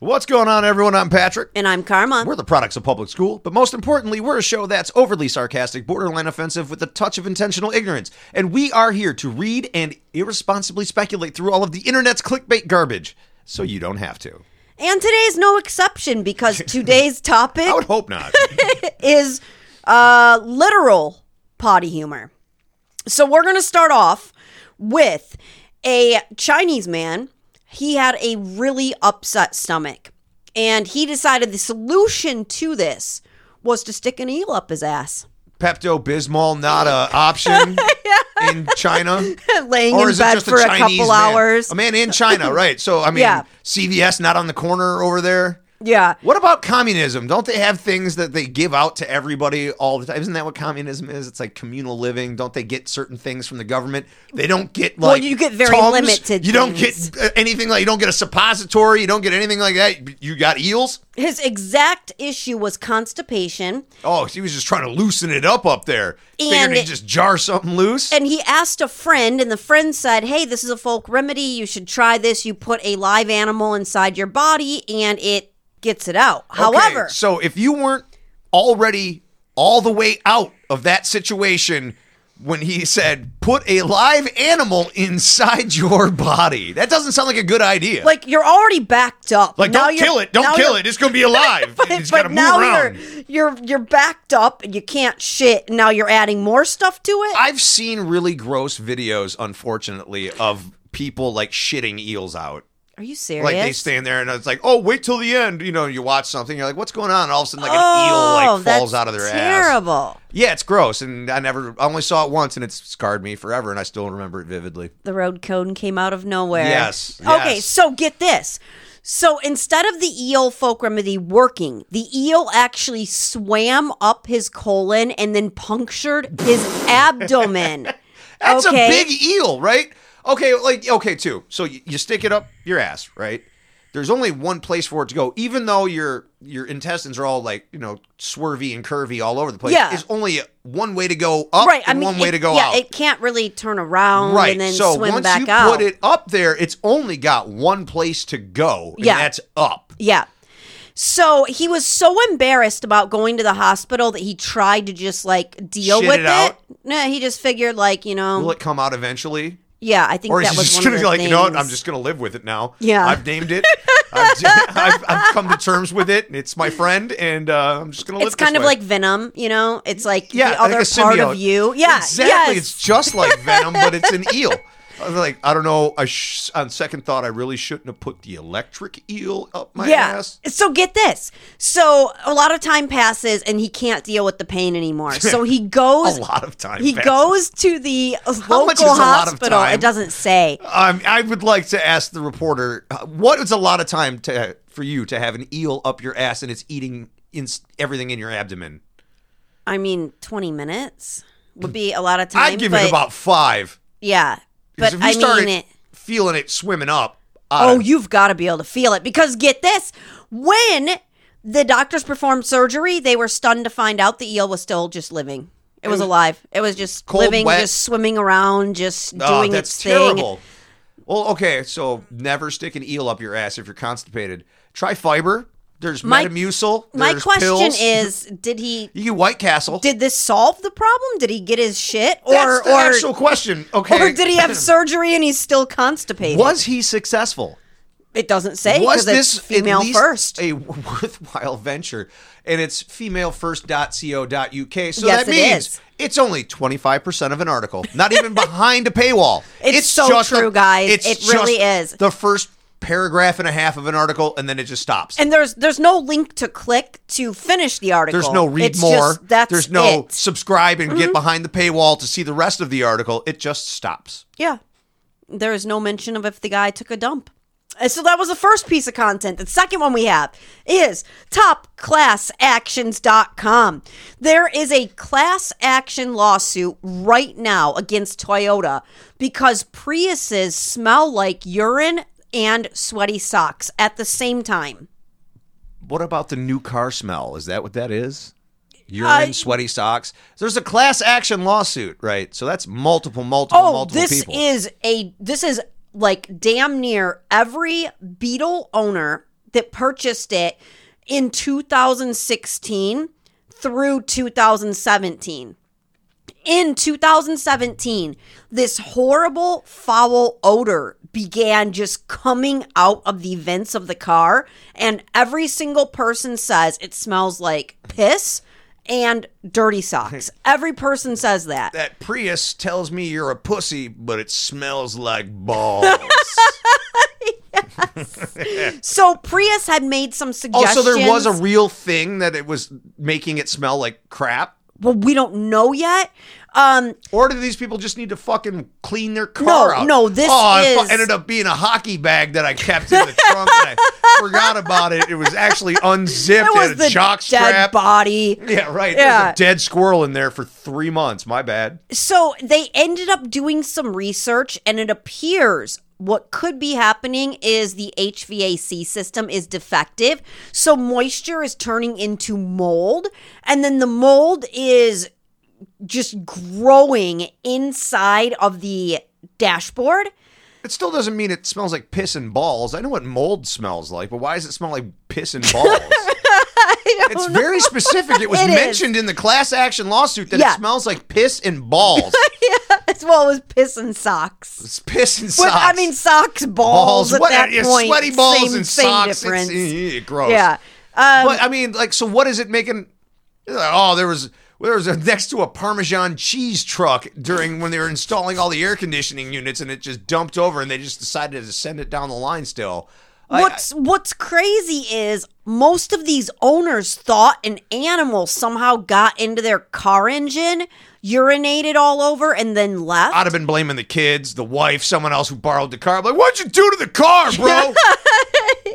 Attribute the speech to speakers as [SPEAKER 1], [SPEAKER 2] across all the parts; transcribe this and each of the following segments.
[SPEAKER 1] What's going on, everyone? I'm Patrick.
[SPEAKER 2] And I'm Karma.
[SPEAKER 1] We're the products of public school, but most importantly, we're a show that's overly sarcastic, borderline offensive, with a touch of intentional ignorance. And we are here to read and irresponsibly speculate through all of the internet's clickbait garbage, so you don't have to.
[SPEAKER 2] and today's no exception because today's topic
[SPEAKER 1] I would hope not.
[SPEAKER 2] is uh, literal potty humor. So we're going to start off with a Chinese man. He had a really upset stomach, and he decided the solution to this was to stick an eel up his ass.
[SPEAKER 1] Pepto Bismol not a option in China,
[SPEAKER 2] Laying in bed for a, couple
[SPEAKER 1] man?
[SPEAKER 2] hours.
[SPEAKER 1] A man in China, right? So I mean,
[SPEAKER 2] Yeah.
[SPEAKER 1] CVS not on the corner over there.
[SPEAKER 2] yeah.
[SPEAKER 1] What about communism? Don't they have things that they give out to everybody all the time? Isn't that what communism is? It's like communal living. Don't they get certain things from the government? They don't get like
[SPEAKER 2] you get very
[SPEAKER 1] Tums.
[SPEAKER 2] limited
[SPEAKER 1] You don't
[SPEAKER 2] things.
[SPEAKER 1] get uh, anything like you don't get a suppository. You don't get anything like that. You got eels.
[SPEAKER 2] His exact issue was constipation.
[SPEAKER 1] Oh, he was just trying to loosen it up up there. Figured
[SPEAKER 2] And-
[SPEAKER 1] he'd just jar something loose.
[SPEAKER 2] and he asked a friend and the friend said hey this is a folk remedy you should try this you put a live animal inside your body and it gets it out
[SPEAKER 1] Okay,
[SPEAKER 2] however
[SPEAKER 1] so if you weren't already all the way out of that situation when he said put a live animal inside your body, that doesn't sound like a good idea.
[SPEAKER 2] like you're already backed up
[SPEAKER 1] Like,
[SPEAKER 2] Now
[SPEAKER 1] don't
[SPEAKER 2] you're-
[SPEAKER 1] kill it,
[SPEAKER 2] now
[SPEAKER 1] don't kill
[SPEAKER 2] you're-
[SPEAKER 1] it. It's gonna be alive.
[SPEAKER 2] but,
[SPEAKER 1] it's
[SPEAKER 2] but
[SPEAKER 1] gotta move
[SPEAKER 2] now
[SPEAKER 1] around.
[SPEAKER 2] you're you're you're backed up and you can't shit and now you're adding more stuff to it
[SPEAKER 1] I've seen really gross videos, unfortunately, of people like shitting eels out.
[SPEAKER 2] are you serious
[SPEAKER 1] Like they stand there and it's like, oh, wait till the end. You know, you watch something, you're like, what's going on? And all of a sudden, like an eel
[SPEAKER 2] Oh,
[SPEAKER 1] like falls
[SPEAKER 2] that's
[SPEAKER 1] out of their ass.
[SPEAKER 2] terrible
[SPEAKER 1] Yeah, it's gross, and I never, I only saw it once, and it's scarred me forever, and I still remember it vividly.
[SPEAKER 2] the road cone came out of nowhere.
[SPEAKER 1] Yes,
[SPEAKER 2] Okay,
[SPEAKER 1] yes.
[SPEAKER 2] so get this. So instead of the eel folk remedy working, the eel actually swam up his colon and then punctured his abdomen.
[SPEAKER 1] That's
[SPEAKER 2] okay.
[SPEAKER 1] a big eel, right? Okay, like okay, too. So you, you stick it up your ass, right? There's only one place for it to go, even though your your intestines are all like you know swervy and curvy all over the place.
[SPEAKER 2] Yeah.
[SPEAKER 1] there's only one way to go up,
[SPEAKER 2] right.
[SPEAKER 1] And
[SPEAKER 2] I mean,
[SPEAKER 1] one way
[SPEAKER 2] it-
[SPEAKER 1] to go
[SPEAKER 2] yeah,
[SPEAKER 1] out.
[SPEAKER 2] it can't really turn around
[SPEAKER 1] right.
[SPEAKER 2] and then
[SPEAKER 1] so
[SPEAKER 2] swim
[SPEAKER 1] once
[SPEAKER 2] back
[SPEAKER 1] you
[SPEAKER 2] out.
[SPEAKER 1] put it up there, it's only got one place to go, and
[SPEAKER 2] Yeah.
[SPEAKER 1] that's up.
[SPEAKER 2] Yeah. So he was so embarrassed about going to the hospital that he tried to just like deal
[SPEAKER 1] Shit
[SPEAKER 2] with
[SPEAKER 1] it out?
[SPEAKER 2] No, he just figured like you know,
[SPEAKER 1] Will it come out eventually?
[SPEAKER 2] yeah. I think
[SPEAKER 1] Or is
[SPEAKER 2] that
[SPEAKER 1] he
[SPEAKER 2] was
[SPEAKER 1] just
[SPEAKER 2] one
[SPEAKER 1] gonna
[SPEAKER 2] of
[SPEAKER 1] be
[SPEAKER 2] the
[SPEAKER 1] like, you know what? I'm
[SPEAKER 2] things.
[SPEAKER 1] just gonna live with it now.
[SPEAKER 2] Yeah.
[SPEAKER 1] I've named it. I've, I've, I've come to terms with it. It's my friend, and uh, I'm just gonna live.
[SPEAKER 2] It's kind
[SPEAKER 1] this
[SPEAKER 2] of
[SPEAKER 1] way.
[SPEAKER 2] like Venom, you know? It's like
[SPEAKER 1] yeah,
[SPEAKER 2] the other
[SPEAKER 1] like a
[SPEAKER 2] part of
[SPEAKER 1] symbiote.
[SPEAKER 2] you. Yeah.
[SPEAKER 1] exactly.
[SPEAKER 2] yes.
[SPEAKER 1] It's just like Venom, but it's an eel. I was like, I don't know. I sh- on second thought, I really shouldn't have put the electric eel up my
[SPEAKER 2] yeah.
[SPEAKER 1] ass.
[SPEAKER 2] So get this. So a lot of time passes and he can't deal with the pain anymore. So he goes
[SPEAKER 1] A lot of time.
[SPEAKER 2] he
[SPEAKER 1] passes.
[SPEAKER 2] goes to the local
[SPEAKER 1] much is a lot of
[SPEAKER 2] hospital.
[SPEAKER 1] time?
[SPEAKER 2] It doesn't say.
[SPEAKER 1] Um, I would like to ask the reporter, uh, what is a lot of time to for you to have an eel up your ass and it's eating in- everything in your abdomen?
[SPEAKER 2] I mean, 20 minutes would be a lot of time.
[SPEAKER 1] I'd give
[SPEAKER 2] but
[SPEAKER 1] it about five.
[SPEAKER 2] Yeah. But
[SPEAKER 1] Because if you
[SPEAKER 2] I
[SPEAKER 1] started
[SPEAKER 2] mean it
[SPEAKER 1] feeling it swimming up, uh,
[SPEAKER 2] Oh, you've got to be able to feel it because get this. When the doctors performed surgery, they were stunned to find out the eel was still just living. It was alive. It was just
[SPEAKER 1] Cold,
[SPEAKER 2] living,
[SPEAKER 1] wet.
[SPEAKER 2] just swimming around, just
[SPEAKER 1] oh,
[SPEAKER 2] doing
[SPEAKER 1] that's
[SPEAKER 2] its thing.
[SPEAKER 1] terrible. Well, okay, so never stick an eel up your ass if you're constipated. Try fiber. There's
[SPEAKER 2] My-
[SPEAKER 1] Metamucil.
[SPEAKER 2] My
[SPEAKER 1] there's
[SPEAKER 2] question
[SPEAKER 1] pills.
[SPEAKER 2] is, did he
[SPEAKER 1] you get White Castle.
[SPEAKER 2] did this solve the problem? Did he get his shit or
[SPEAKER 1] that's the
[SPEAKER 2] or
[SPEAKER 1] actual question. Okay,
[SPEAKER 2] or did he have surgery and he's still constipated?
[SPEAKER 1] Was he successful?
[SPEAKER 2] It doesn't say
[SPEAKER 1] was
[SPEAKER 2] because
[SPEAKER 1] this
[SPEAKER 2] it's female
[SPEAKER 1] at least
[SPEAKER 2] first.
[SPEAKER 1] a worthwhile venture and it's femalefirst.co.uk so
[SPEAKER 2] Yes,
[SPEAKER 1] that
[SPEAKER 2] it
[SPEAKER 1] means
[SPEAKER 2] is.
[SPEAKER 1] it's only 25% of an article not even behind a paywall
[SPEAKER 2] It's so
[SPEAKER 1] just
[SPEAKER 2] true, guys. It
[SPEAKER 1] just
[SPEAKER 2] really is.
[SPEAKER 1] the first paragraph and a half of an article and then it just stops
[SPEAKER 2] and there's there's no link to click to finish the article.
[SPEAKER 1] there's no read
[SPEAKER 2] It's
[SPEAKER 1] more
[SPEAKER 2] Just, that's
[SPEAKER 1] there's no
[SPEAKER 2] it. Mm-hmm.
[SPEAKER 1] subscribe and get behind the paywall to see the rest of the article it just stops
[SPEAKER 2] Yeah. There is no mention of if the guy took a dump. And so that was the first piece of content. The second one we have is topclassactions.com. There is a class action lawsuit right now against Toyota because Priuses smell like urine and sweaty socks at the same time.
[SPEAKER 1] what about the new car smell is that what that is Urine,
[SPEAKER 2] Uh,
[SPEAKER 1] sweaty socks. There's a class action lawsuit, right? So that's multiple, multiple,
[SPEAKER 2] Oh,
[SPEAKER 1] multiple
[SPEAKER 2] this
[SPEAKER 1] people.
[SPEAKER 2] is a this is like damn near every Beetle owner that purchased it in 2016 through 2017. In 2017, this horrible foul odor began just coming out of the vents of the car, and every single person says it smells like piss and dirty socks. Every person says that.
[SPEAKER 1] That Prius tells me you're a pussy, but it smells like balls.
[SPEAKER 2] So Prius had made some suggestions.
[SPEAKER 1] also, Oh, there was a real thing that it was making it smell like crap.
[SPEAKER 2] well, we don't know yet. Um,
[SPEAKER 1] Or do these people just need to fucking clean their car
[SPEAKER 2] No,
[SPEAKER 1] out?
[SPEAKER 2] no, this
[SPEAKER 1] oh, it fu-
[SPEAKER 2] is-
[SPEAKER 1] ended up being a hockey bag that I kept in the trunk. and I forgot about it. It was actually unzipped.
[SPEAKER 2] it
[SPEAKER 1] It
[SPEAKER 2] was
[SPEAKER 1] had a
[SPEAKER 2] the
[SPEAKER 1] jock
[SPEAKER 2] dead
[SPEAKER 1] strap.
[SPEAKER 2] body.
[SPEAKER 1] yeah, right. There's
[SPEAKER 2] Yeah.
[SPEAKER 1] a dead squirrel in there for three months. My bad.
[SPEAKER 2] So they ended up doing some research, and it appears what could be happening is the HVAC system is defective. So moisture is turning into mold, and then the mold is just growing inside of the dashboard.
[SPEAKER 1] It still doesn't mean it smells like piss and balls. I know what mold smells like, but why does it smell like piss and balls? it's very specific. It was
[SPEAKER 2] It is.
[SPEAKER 1] mentioned in the class action lawsuit that
[SPEAKER 2] Yeah.
[SPEAKER 1] it smells like piss and balls.
[SPEAKER 2] As well as piss and socks.
[SPEAKER 1] it's piss and
[SPEAKER 2] But
[SPEAKER 1] socks.
[SPEAKER 2] I mean, socks, balls,
[SPEAKER 1] balls.
[SPEAKER 2] at
[SPEAKER 1] What
[SPEAKER 2] that
[SPEAKER 1] are you,
[SPEAKER 2] point.
[SPEAKER 1] sweaty balls
[SPEAKER 2] same,
[SPEAKER 1] and
[SPEAKER 2] same
[SPEAKER 1] socks?
[SPEAKER 2] Difference.
[SPEAKER 1] It's, eh, gross.
[SPEAKER 2] yeah. Um,
[SPEAKER 1] but I mean, like, so what is it making? Oh, there was well, there was a, next to a Parmesan cheese truck during when they were installing all the air conditioning units, and it just dumped over, and they just decided to send it down the line. Still, I-
[SPEAKER 2] what's what's crazy is most of these owners thought an animal somehow got into their car engine, urinated all over, and then left.
[SPEAKER 1] I'd have been blaming the kids, the wife, someone else who borrowed the car. I'm like, what'd you do to the car, bro?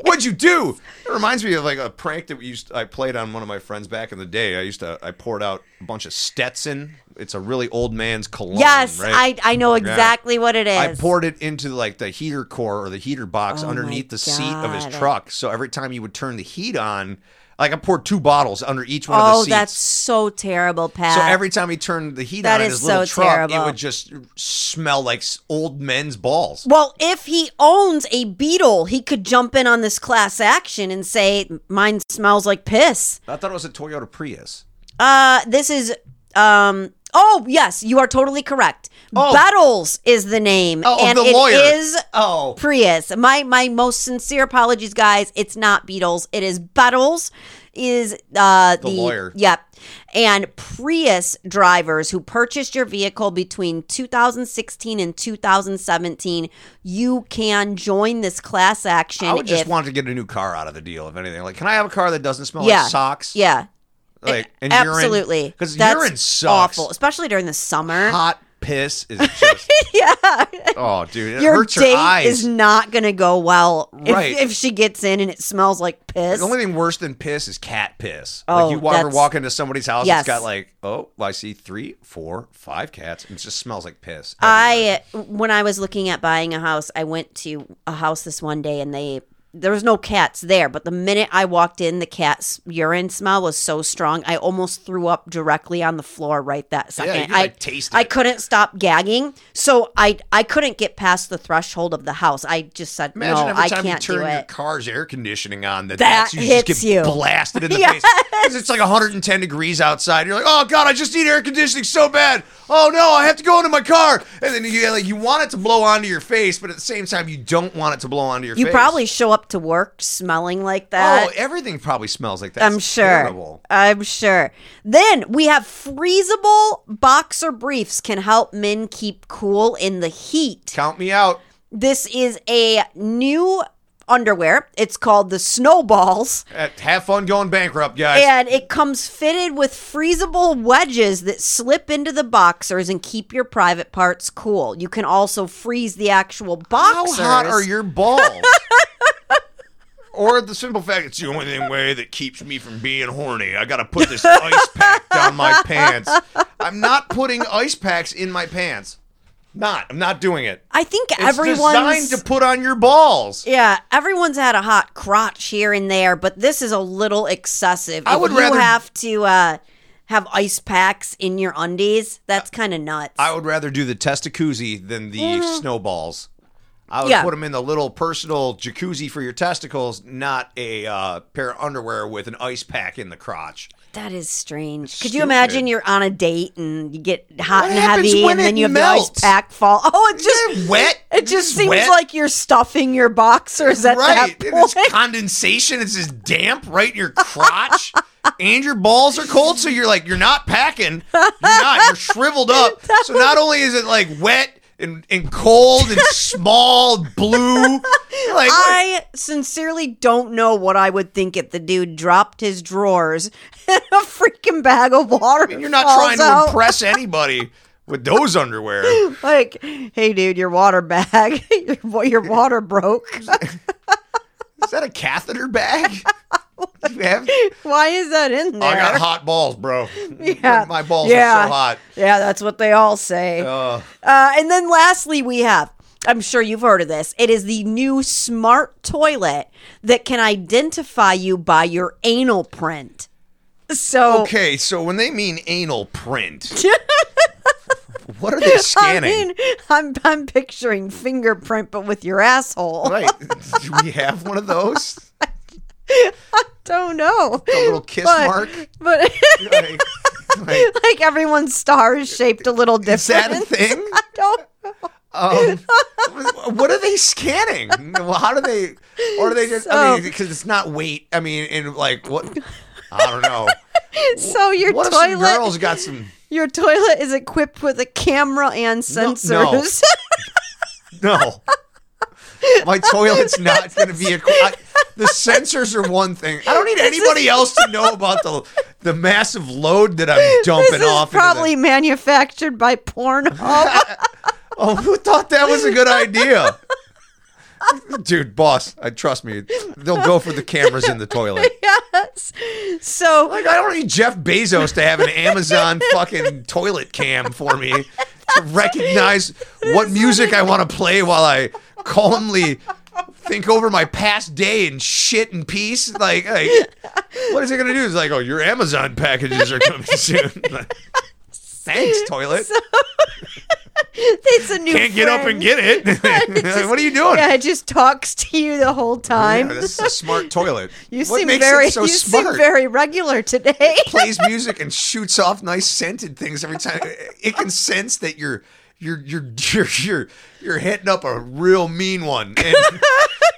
[SPEAKER 1] what'd you do? It reminds me of like a prank that we used. I played on one of my friends back in the day. I used to. I poured out a bunch of Stetson. It's a really old man's cologne.
[SPEAKER 2] yes,
[SPEAKER 1] right? Oh
[SPEAKER 2] I I know exactly what it is.
[SPEAKER 1] I poured it into like the heater core or the heater box underneath the seat of his
[SPEAKER 2] Oh God.
[SPEAKER 1] truck. So every time you would turn the heat on, like I poured two bottles under each one of the
[SPEAKER 2] oh,
[SPEAKER 1] seats.
[SPEAKER 2] that's so terrible, Pat.
[SPEAKER 1] so every time he turned the heat on
[SPEAKER 2] That
[SPEAKER 1] in
[SPEAKER 2] is
[SPEAKER 1] his little
[SPEAKER 2] so
[SPEAKER 1] truck, it
[SPEAKER 2] terrible.
[SPEAKER 1] would just smell like s- old men's balls.
[SPEAKER 2] Well, if he owns a beetle, he could jump in on this class action and say, "Mine smells like piss."
[SPEAKER 1] I thought it was a Toyota Prius.
[SPEAKER 2] Uh, this is um. Oh yes, you are totally correct.
[SPEAKER 1] Oh.
[SPEAKER 2] Bettles is the name,
[SPEAKER 1] Oh, of
[SPEAKER 2] and
[SPEAKER 1] the
[SPEAKER 2] it
[SPEAKER 1] lawyer.
[SPEAKER 2] is
[SPEAKER 1] Oh,
[SPEAKER 2] Prius. My my most sincere apologies, guys. It's not Beatles. It is Bettles. Is uh the,
[SPEAKER 1] lawyer.
[SPEAKER 2] Yep. And Prius drivers who purchased your vehicle between 2016 and 2017, you can join this class action.
[SPEAKER 1] I would just
[SPEAKER 2] if,
[SPEAKER 1] want to get a new car out of the deal, if anything. Like, can I have a car that doesn't smell
[SPEAKER 2] yeah,
[SPEAKER 1] like socks?
[SPEAKER 2] Yeah,
[SPEAKER 1] like and
[SPEAKER 2] absolutely.
[SPEAKER 1] Because
[SPEAKER 2] That's
[SPEAKER 1] urine sucks.
[SPEAKER 2] awful, especially during the summer.
[SPEAKER 1] Hot piss is just
[SPEAKER 2] yeah.
[SPEAKER 1] oh, dude, it
[SPEAKER 2] your
[SPEAKER 1] hurts
[SPEAKER 2] date
[SPEAKER 1] your eyes.
[SPEAKER 2] is not gonna go well if,
[SPEAKER 1] Right.
[SPEAKER 2] if she gets in and it smells like piss.
[SPEAKER 1] The only thing worse than piss is cat piss.
[SPEAKER 2] Oh,
[SPEAKER 1] like you walk,
[SPEAKER 2] that's-
[SPEAKER 1] walk into somebody's house,
[SPEAKER 2] Yes.
[SPEAKER 1] it's got like, oh, I see three, four, five cats. and It just smells like piss.
[SPEAKER 2] I when I was looking at buying a house, I went to a house this one day and they there was no cats there, but the minute I walked in, the cat's urine smell was so strong, I almost threw up directly on the floor right that second.
[SPEAKER 1] you can,
[SPEAKER 2] I
[SPEAKER 1] like, taste
[SPEAKER 2] I
[SPEAKER 1] it.
[SPEAKER 2] couldn't stop gagging, so I I couldn't get past the threshold of the house. I just said,
[SPEAKER 1] Imagine
[SPEAKER 2] "No,
[SPEAKER 1] every
[SPEAKER 2] I
[SPEAKER 1] time you
[SPEAKER 2] can't do
[SPEAKER 1] turn your
[SPEAKER 2] it."
[SPEAKER 1] car's air conditioning on, that,
[SPEAKER 2] That
[SPEAKER 1] that's you just
[SPEAKER 2] hits
[SPEAKER 1] get
[SPEAKER 2] you.
[SPEAKER 1] blasted in the face.
[SPEAKER 2] Yes.
[SPEAKER 1] 'Cause it's like 110 degrees outside. You're like, oh god, I just need air conditioning so bad. Oh no, I have to go into my car. And then you like you want it to blow onto your face, but at the same time you don't want it to blow onto your
[SPEAKER 2] You
[SPEAKER 1] face.
[SPEAKER 2] probably show up to work smelling like that.
[SPEAKER 1] oh everything probably smells like that.
[SPEAKER 2] I'm
[SPEAKER 1] It's
[SPEAKER 2] sure.
[SPEAKER 1] Terrible.
[SPEAKER 2] I'm sure. Then we have freezable boxer briefs can help men keep cool in the heat.
[SPEAKER 1] Count me out.
[SPEAKER 2] This is a new underwear. It's called the Snowballs,
[SPEAKER 1] Uh, Have fun going bankrupt, guys.
[SPEAKER 2] and it comes fitted with freezable wedges that slip into the boxers and keep your private parts cool. You can also freeze the actual boxers.
[SPEAKER 1] How hot are your balls? or the simple fact it's the only thing way that keeps me from being horny. I gotta put this ice pack down my pants. I'm not putting ice packs in my pants. Not. I'm not doing it.
[SPEAKER 2] I think
[SPEAKER 1] It's
[SPEAKER 2] everyone's
[SPEAKER 1] designed to put on your balls.
[SPEAKER 2] Yeah, everyone's had a hot crotch here and there, but this is a little excessive.
[SPEAKER 1] I
[SPEAKER 2] If
[SPEAKER 1] would
[SPEAKER 2] you
[SPEAKER 1] rather-
[SPEAKER 2] have to uh, have ice packs in your
[SPEAKER 1] Uh,
[SPEAKER 2] undies. That's kind of nuts.
[SPEAKER 1] I would rather do the testacuzzi than the snowballs. I would
[SPEAKER 2] Mm-hmm. Yeah.
[SPEAKER 1] put them in the little personal jacuzzi for your testicles, not a uh, pair of underwear with an ice pack in the crotch.
[SPEAKER 2] That is strange. Could you
[SPEAKER 1] stupid.
[SPEAKER 2] imagine you're on a date and you get hot
[SPEAKER 1] What
[SPEAKER 2] and
[SPEAKER 1] happens
[SPEAKER 2] heavy,
[SPEAKER 1] when
[SPEAKER 2] and then
[SPEAKER 1] it
[SPEAKER 2] you have the
[SPEAKER 1] melts?
[SPEAKER 2] ice pack fall? Oh, it
[SPEAKER 1] Isn't
[SPEAKER 2] just
[SPEAKER 1] it wet?
[SPEAKER 2] It just
[SPEAKER 1] It's
[SPEAKER 2] seems
[SPEAKER 1] wet.
[SPEAKER 2] like you're stuffing your boxers at
[SPEAKER 1] right.
[SPEAKER 2] that
[SPEAKER 1] It's
[SPEAKER 2] point.
[SPEAKER 1] condensation. It's just damp right in your crotch. and your balls are cold, so you're like, you're not packing. You're not. You're shriveled up. So not only is it like wet and, and cold and small, blue, like,
[SPEAKER 2] I sincerely don't know what I would think if the dude dropped his drawers and a freaking bag of water.
[SPEAKER 1] you're not
[SPEAKER 2] falls
[SPEAKER 1] trying to
[SPEAKER 2] out.
[SPEAKER 1] impress anybody with those underwear.
[SPEAKER 2] Like, hey, dude, your water bag, your, your water broke.
[SPEAKER 1] Is that a catheter bag? You have-
[SPEAKER 2] Why is that in
[SPEAKER 1] Oh,
[SPEAKER 2] there?
[SPEAKER 1] I got hot balls, bro.
[SPEAKER 2] Yeah.
[SPEAKER 1] My balls
[SPEAKER 2] Yeah.
[SPEAKER 1] are so hot.
[SPEAKER 2] Yeah, that's what they all say.
[SPEAKER 1] Uh,
[SPEAKER 2] Uh, and then lastly, we have, I'm sure you've heard of this. It is the new smart toilet that can identify you by your anal print. So,
[SPEAKER 1] okay, so when they mean anal print, what are they
[SPEAKER 2] I
[SPEAKER 1] scanning?
[SPEAKER 2] mean, I'm, I'm picturing fingerprint, but with your asshole.
[SPEAKER 1] Right. Do we have one of those?
[SPEAKER 2] Don't know.
[SPEAKER 1] A little kiss
[SPEAKER 2] But-
[SPEAKER 1] mark?
[SPEAKER 2] But
[SPEAKER 1] Like, like,
[SPEAKER 2] like everyone's star is shaped a little different.
[SPEAKER 1] is that a thing?
[SPEAKER 2] I don't
[SPEAKER 1] Um, what are they scanning? Well, how do they, or do they just, I mean,
[SPEAKER 2] So-
[SPEAKER 1] because it's not weight. I mean, and like, what? I don't know.
[SPEAKER 2] So your
[SPEAKER 1] what if some
[SPEAKER 2] toilet,
[SPEAKER 1] girls got some,
[SPEAKER 2] your toilet is equipped with a camera and sensors.
[SPEAKER 1] no. My toilet's not going to be, a, I, the sensors are one thing. I don't need anybody else to know about the, the massive load that I'm dumping
[SPEAKER 2] this
[SPEAKER 1] off. into
[SPEAKER 2] is
[SPEAKER 1] the-
[SPEAKER 2] probably manufactured by Pornhub.
[SPEAKER 1] Oh, who thought that was a good idea? Dude, boss, I trust me. They'll go for the cameras in the toilet.
[SPEAKER 2] yes. So
[SPEAKER 1] Like I don't need Jeff Bezos to have an Amazon fucking toilet cam for me to recognize what music I want to play while I calmly think over my past day and shit in peace. Like, like what is it gonna do? It's like, oh, your Amazon packages are coming soon. Like, Thanks, toilet.
[SPEAKER 2] it's a new
[SPEAKER 1] Can't get up and
[SPEAKER 2] friend.
[SPEAKER 1] get it. Like, what are you doing? Oh,
[SPEAKER 2] Yeah, it just talks to you the whole
[SPEAKER 1] Yeah,
[SPEAKER 2] time.
[SPEAKER 1] this is a smart toilet.
[SPEAKER 2] you
[SPEAKER 1] what
[SPEAKER 2] seem
[SPEAKER 1] makes
[SPEAKER 2] very
[SPEAKER 1] it so
[SPEAKER 2] you
[SPEAKER 1] smart?
[SPEAKER 2] seem very regular today.
[SPEAKER 1] Plays music and shoots off nice scented things every time. It can sense that you're you're you're you're you're, you're hitting up a real mean one, and,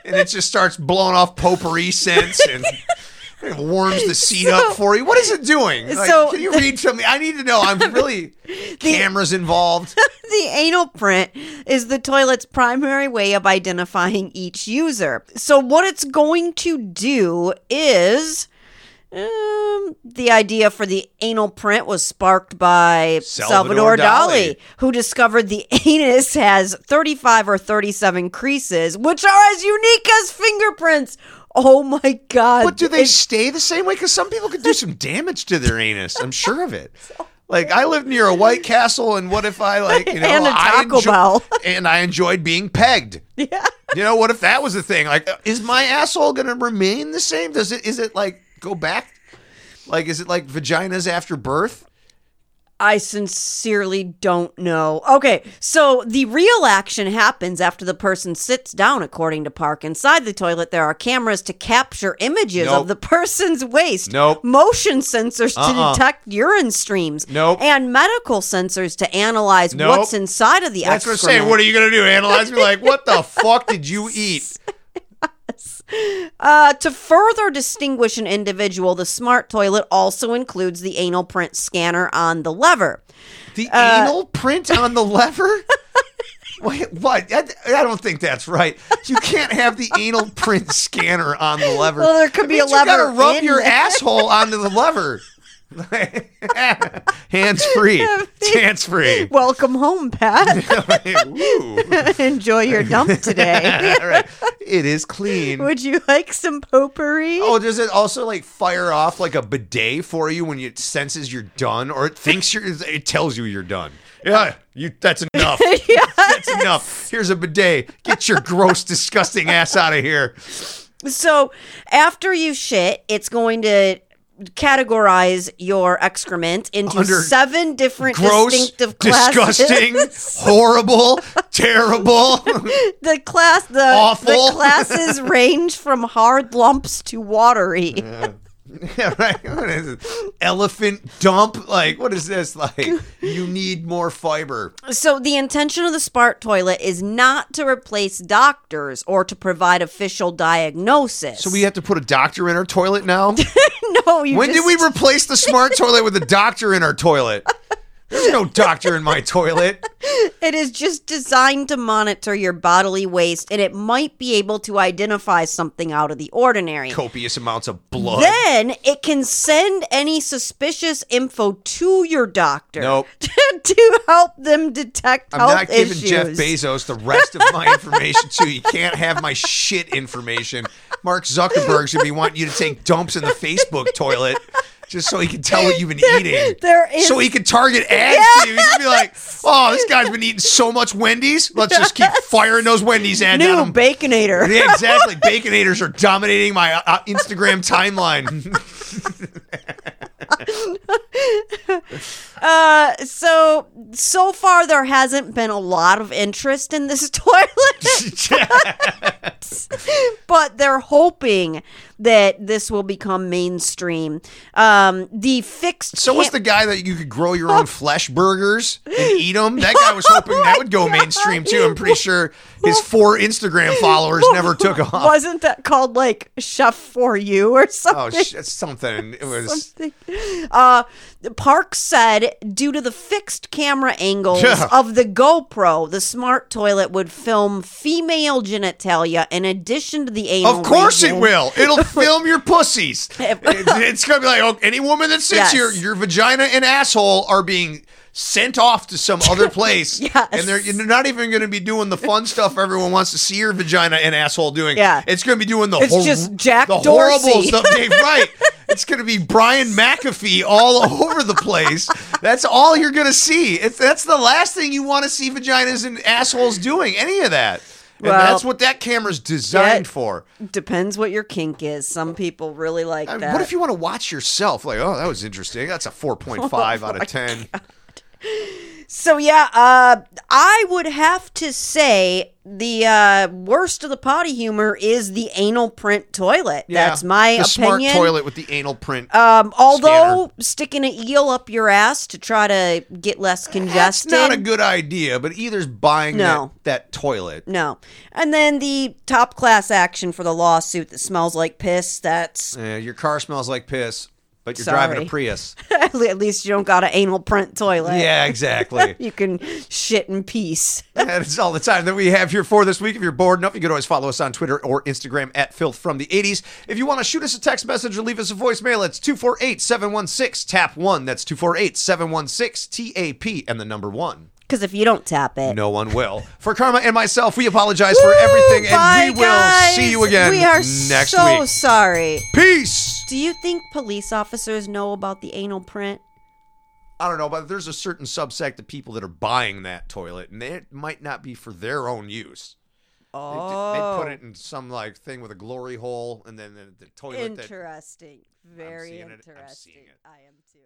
[SPEAKER 1] and it just starts blowing off potpourri scents and. It warms the seat up for you. What is it doing? Like,
[SPEAKER 2] so
[SPEAKER 1] can you read to me? I need to know. I'm really cameras involved.
[SPEAKER 2] the anal print is the toilet's primary way of identifying each user. So, what it's going to do is. Um, the idea for the anal print was sparked by
[SPEAKER 1] Salvador
[SPEAKER 2] Salvador,
[SPEAKER 1] Dali.
[SPEAKER 2] Dali, who discovered the anus has 35 or 37 creases, which are as unique as fingerprints. Oh my God.
[SPEAKER 1] But do they stay the same way? Because some people could do some damage to their anus. I'm sure of it. Like I lived near a White Castle, and what if I like you know
[SPEAKER 2] And a
[SPEAKER 1] I
[SPEAKER 2] Taco Bell.
[SPEAKER 1] and I enjoyed being pegged.
[SPEAKER 2] Yeah.
[SPEAKER 1] You know what if that was the thing? Like, uh, is my asshole gonna remain the same? Does it? Is it like go back? Like, is it like vaginas after birth?
[SPEAKER 2] I sincerely don't know. Okay, so the real action happens after the person sits down, according to Park. Inside the toilet, there are cameras to capture images
[SPEAKER 1] Nope.
[SPEAKER 2] of the person's waist,
[SPEAKER 1] Nope.
[SPEAKER 2] motion sensors
[SPEAKER 1] Uh-uh.
[SPEAKER 2] to detect urine streams,
[SPEAKER 1] Nope.
[SPEAKER 2] and medical sensors to analyze
[SPEAKER 1] Nope.
[SPEAKER 2] what's inside of the
[SPEAKER 1] That's what I'm
[SPEAKER 2] excrement.
[SPEAKER 1] saying. What are you gonna do? Analyze me? Like, what the fuck did you eat?
[SPEAKER 2] Uh, to further distinguish an individual, the smart toilet also includes the anal print scanner on the lever.
[SPEAKER 1] The
[SPEAKER 2] Uh,
[SPEAKER 1] anal print on the lever? Wait, what? I, I don't think that's right. You can't have the anal print scanner on the lever.
[SPEAKER 2] Well, there could
[SPEAKER 1] It
[SPEAKER 2] be a
[SPEAKER 1] means You gotta
[SPEAKER 2] lever
[SPEAKER 1] rub
[SPEAKER 2] in
[SPEAKER 1] your
[SPEAKER 2] there.
[SPEAKER 1] asshole onto the lever. Hands free. Hands free.
[SPEAKER 2] Welcome home, Pat.
[SPEAKER 1] Ooh.
[SPEAKER 2] Enjoy your dump today.
[SPEAKER 1] All right. It is clean.
[SPEAKER 2] Would you like some potpourri?
[SPEAKER 1] Mm-hmm. Oh, does it also like fire off like a bidet for you when it senses you're done, or it thinks you're? It tells you you're done. Yeah, you. That's enough. That's enough. Here's a bidet. Get your gross, disgusting ass out of here.
[SPEAKER 2] So after you shit, it's going to categorize your excrement into
[SPEAKER 1] Under
[SPEAKER 2] seven different
[SPEAKER 1] Gross,
[SPEAKER 2] distinctive classes.
[SPEAKER 1] disgusting, horrible, terrible.
[SPEAKER 2] The class the,
[SPEAKER 1] Awful.
[SPEAKER 2] the classes range from hard lumps to watery.
[SPEAKER 1] Yeah, right. What is this? Elephant dump? Like, what is this? Like, you need more fiber.
[SPEAKER 2] So the intention of the Spark toilet is not to replace doctors or to provide official diagnosis.
[SPEAKER 1] So we have to put a doctor in our toilet now?
[SPEAKER 2] no. You
[SPEAKER 1] When did
[SPEAKER 2] just-
[SPEAKER 1] we replace the smart toilet with a doctor in our toilet? There's no doctor in my toilet.
[SPEAKER 2] It is just designed to monitor your bodily waste, and it might be able to identify something out of the ordinary.
[SPEAKER 1] Copious amounts of blood.
[SPEAKER 2] Then it can send any suspicious info to your doctor
[SPEAKER 1] Nope.
[SPEAKER 2] to help them detect
[SPEAKER 1] I'm
[SPEAKER 2] health
[SPEAKER 1] not giving
[SPEAKER 2] issues.
[SPEAKER 1] Jeff Bezos the rest of my information too. You can't have my shit information. Mark Zuckerberg should be wanting you to take dumps in the Facebook toilet just so he can tell what you've been eating.
[SPEAKER 2] there is-
[SPEAKER 1] so he can target ads to you. He can be like, "Oh, this guy's been eating so much Wendy's. Let's just keep firing those Wendy's ads at
[SPEAKER 2] New
[SPEAKER 1] him."
[SPEAKER 2] baconator.
[SPEAKER 1] yeah, exactly. Baconators are dominating my uh, Instagram timeline.
[SPEAKER 2] Uh, so so far there hasn't been a lot of interest in this toilet, but they're hoping that this will become mainstream. Um, the fixed
[SPEAKER 1] So was
[SPEAKER 2] cam-
[SPEAKER 1] the guy that you could grow your own flesh burgers and eat them? That guy was hoping that would go mainstream too. I'm pretty sure his four Instagram followers never took off.
[SPEAKER 2] wasn't that called like chef for you or something?
[SPEAKER 1] Oh, sh- that's something. It was.
[SPEAKER 2] Uh, Park said due to the fixed camera angles
[SPEAKER 1] Yeah.
[SPEAKER 2] of the GoPro, the smart toilet would film female genitalia in addition to the anal.
[SPEAKER 1] Of course it
[SPEAKER 2] region.
[SPEAKER 1] will. It'll film your pussies. It's, it's gonna be like oh, any woman that sits
[SPEAKER 2] Yes.
[SPEAKER 1] here, your vagina and asshole are being sent off to some other place.
[SPEAKER 2] Yes.
[SPEAKER 1] And they're you're not even gonna be doing the fun stuff everyone wants to see your vagina and asshole doing.
[SPEAKER 2] Yeah.
[SPEAKER 1] It's gonna be doing the
[SPEAKER 2] It's
[SPEAKER 1] hor-
[SPEAKER 2] just Jack
[SPEAKER 1] the horrible
[SPEAKER 2] Dorsey.
[SPEAKER 1] stuff. Dave, right. It's gonna be Brian McAfee all over the place. That's all you're gonna see. It's that's the last thing you want to see vaginas and assholes doing, any of that. And
[SPEAKER 2] Well,
[SPEAKER 1] that's what that camera's designed for.
[SPEAKER 2] Depends what your kink is. Some people really like
[SPEAKER 1] I mean,
[SPEAKER 2] that.
[SPEAKER 1] what if you want to watch yourself? Like, oh, that was interesting. That's a
[SPEAKER 2] Oh
[SPEAKER 1] 4.5 out of 10.
[SPEAKER 2] so yeah, uh, I would have to say the uh, worst of the potty humor is the anal print toilet.
[SPEAKER 1] Yeah.
[SPEAKER 2] That's my
[SPEAKER 1] the smart
[SPEAKER 2] opinion.
[SPEAKER 1] toilet with the anal print.
[SPEAKER 2] Um, although sticking an eel up your ass to try to get less
[SPEAKER 1] That's
[SPEAKER 2] congested.
[SPEAKER 1] not a good idea, but either's buying
[SPEAKER 2] No.
[SPEAKER 1] that, that toilet.
[SPEAKER 2] no. And then the top class action for the lawsuit that smells like piss. That's
[SPEAKER 1] Yeah, your car smells like piss, but you're driving
[SPEAKER 2] Sorry.
[SPEAKER 1] a Prius.
[SPEAKER 2] at least you don't got an anal print toilet.
[SPEAKER 1] yeah, exactly.
[SPEAKER 2] You can shit in peace.
[SPEAKER 1] That's all the time that we have here for this week. If you're bored enough, you can always follow us on Twitter or Instagram at filth from the 80s. If you want to shoot us a text message or leave us a voicemail, it's 248 716 TAP 1. That's 248 716 TAP and the number 1.
[SPEAKER 2] Because if you don't tap it,
[SPEAKER 1] No one will. For Karma and myself, we apologize for everything,
[SPEAKER 2] Bye,
[SPEAKER 1] and we will see you
[SPEAKER 2] guys.
[SPEAKER 1] again
[SPEAKER 2] We are
[SPEAKER 1] next
[SPEAKER 2] so
[SPEAKER 1] week.
[SPEAKER 2] sorry.
[SPEAKER 1] Peace.
[SPEAKER 2] Do you think police officers know about the anal print?
[SPEAKER 1] I don't know, but there's a certain subsect of people that are buying that toilet, and it might not be for their own use. They,
[SPEAKER 2] Oh,
[SPEAKER 1] they put it in some like thing with a glory hole, and then the, the toilet that
[SPEAKER 2] interesting. Very
[SPEAKER 1] seeing it. I'm
[SPEAKER 2] interesting.
[SPEAKER 1] seeing it.
[SPEAKER 2] I am too.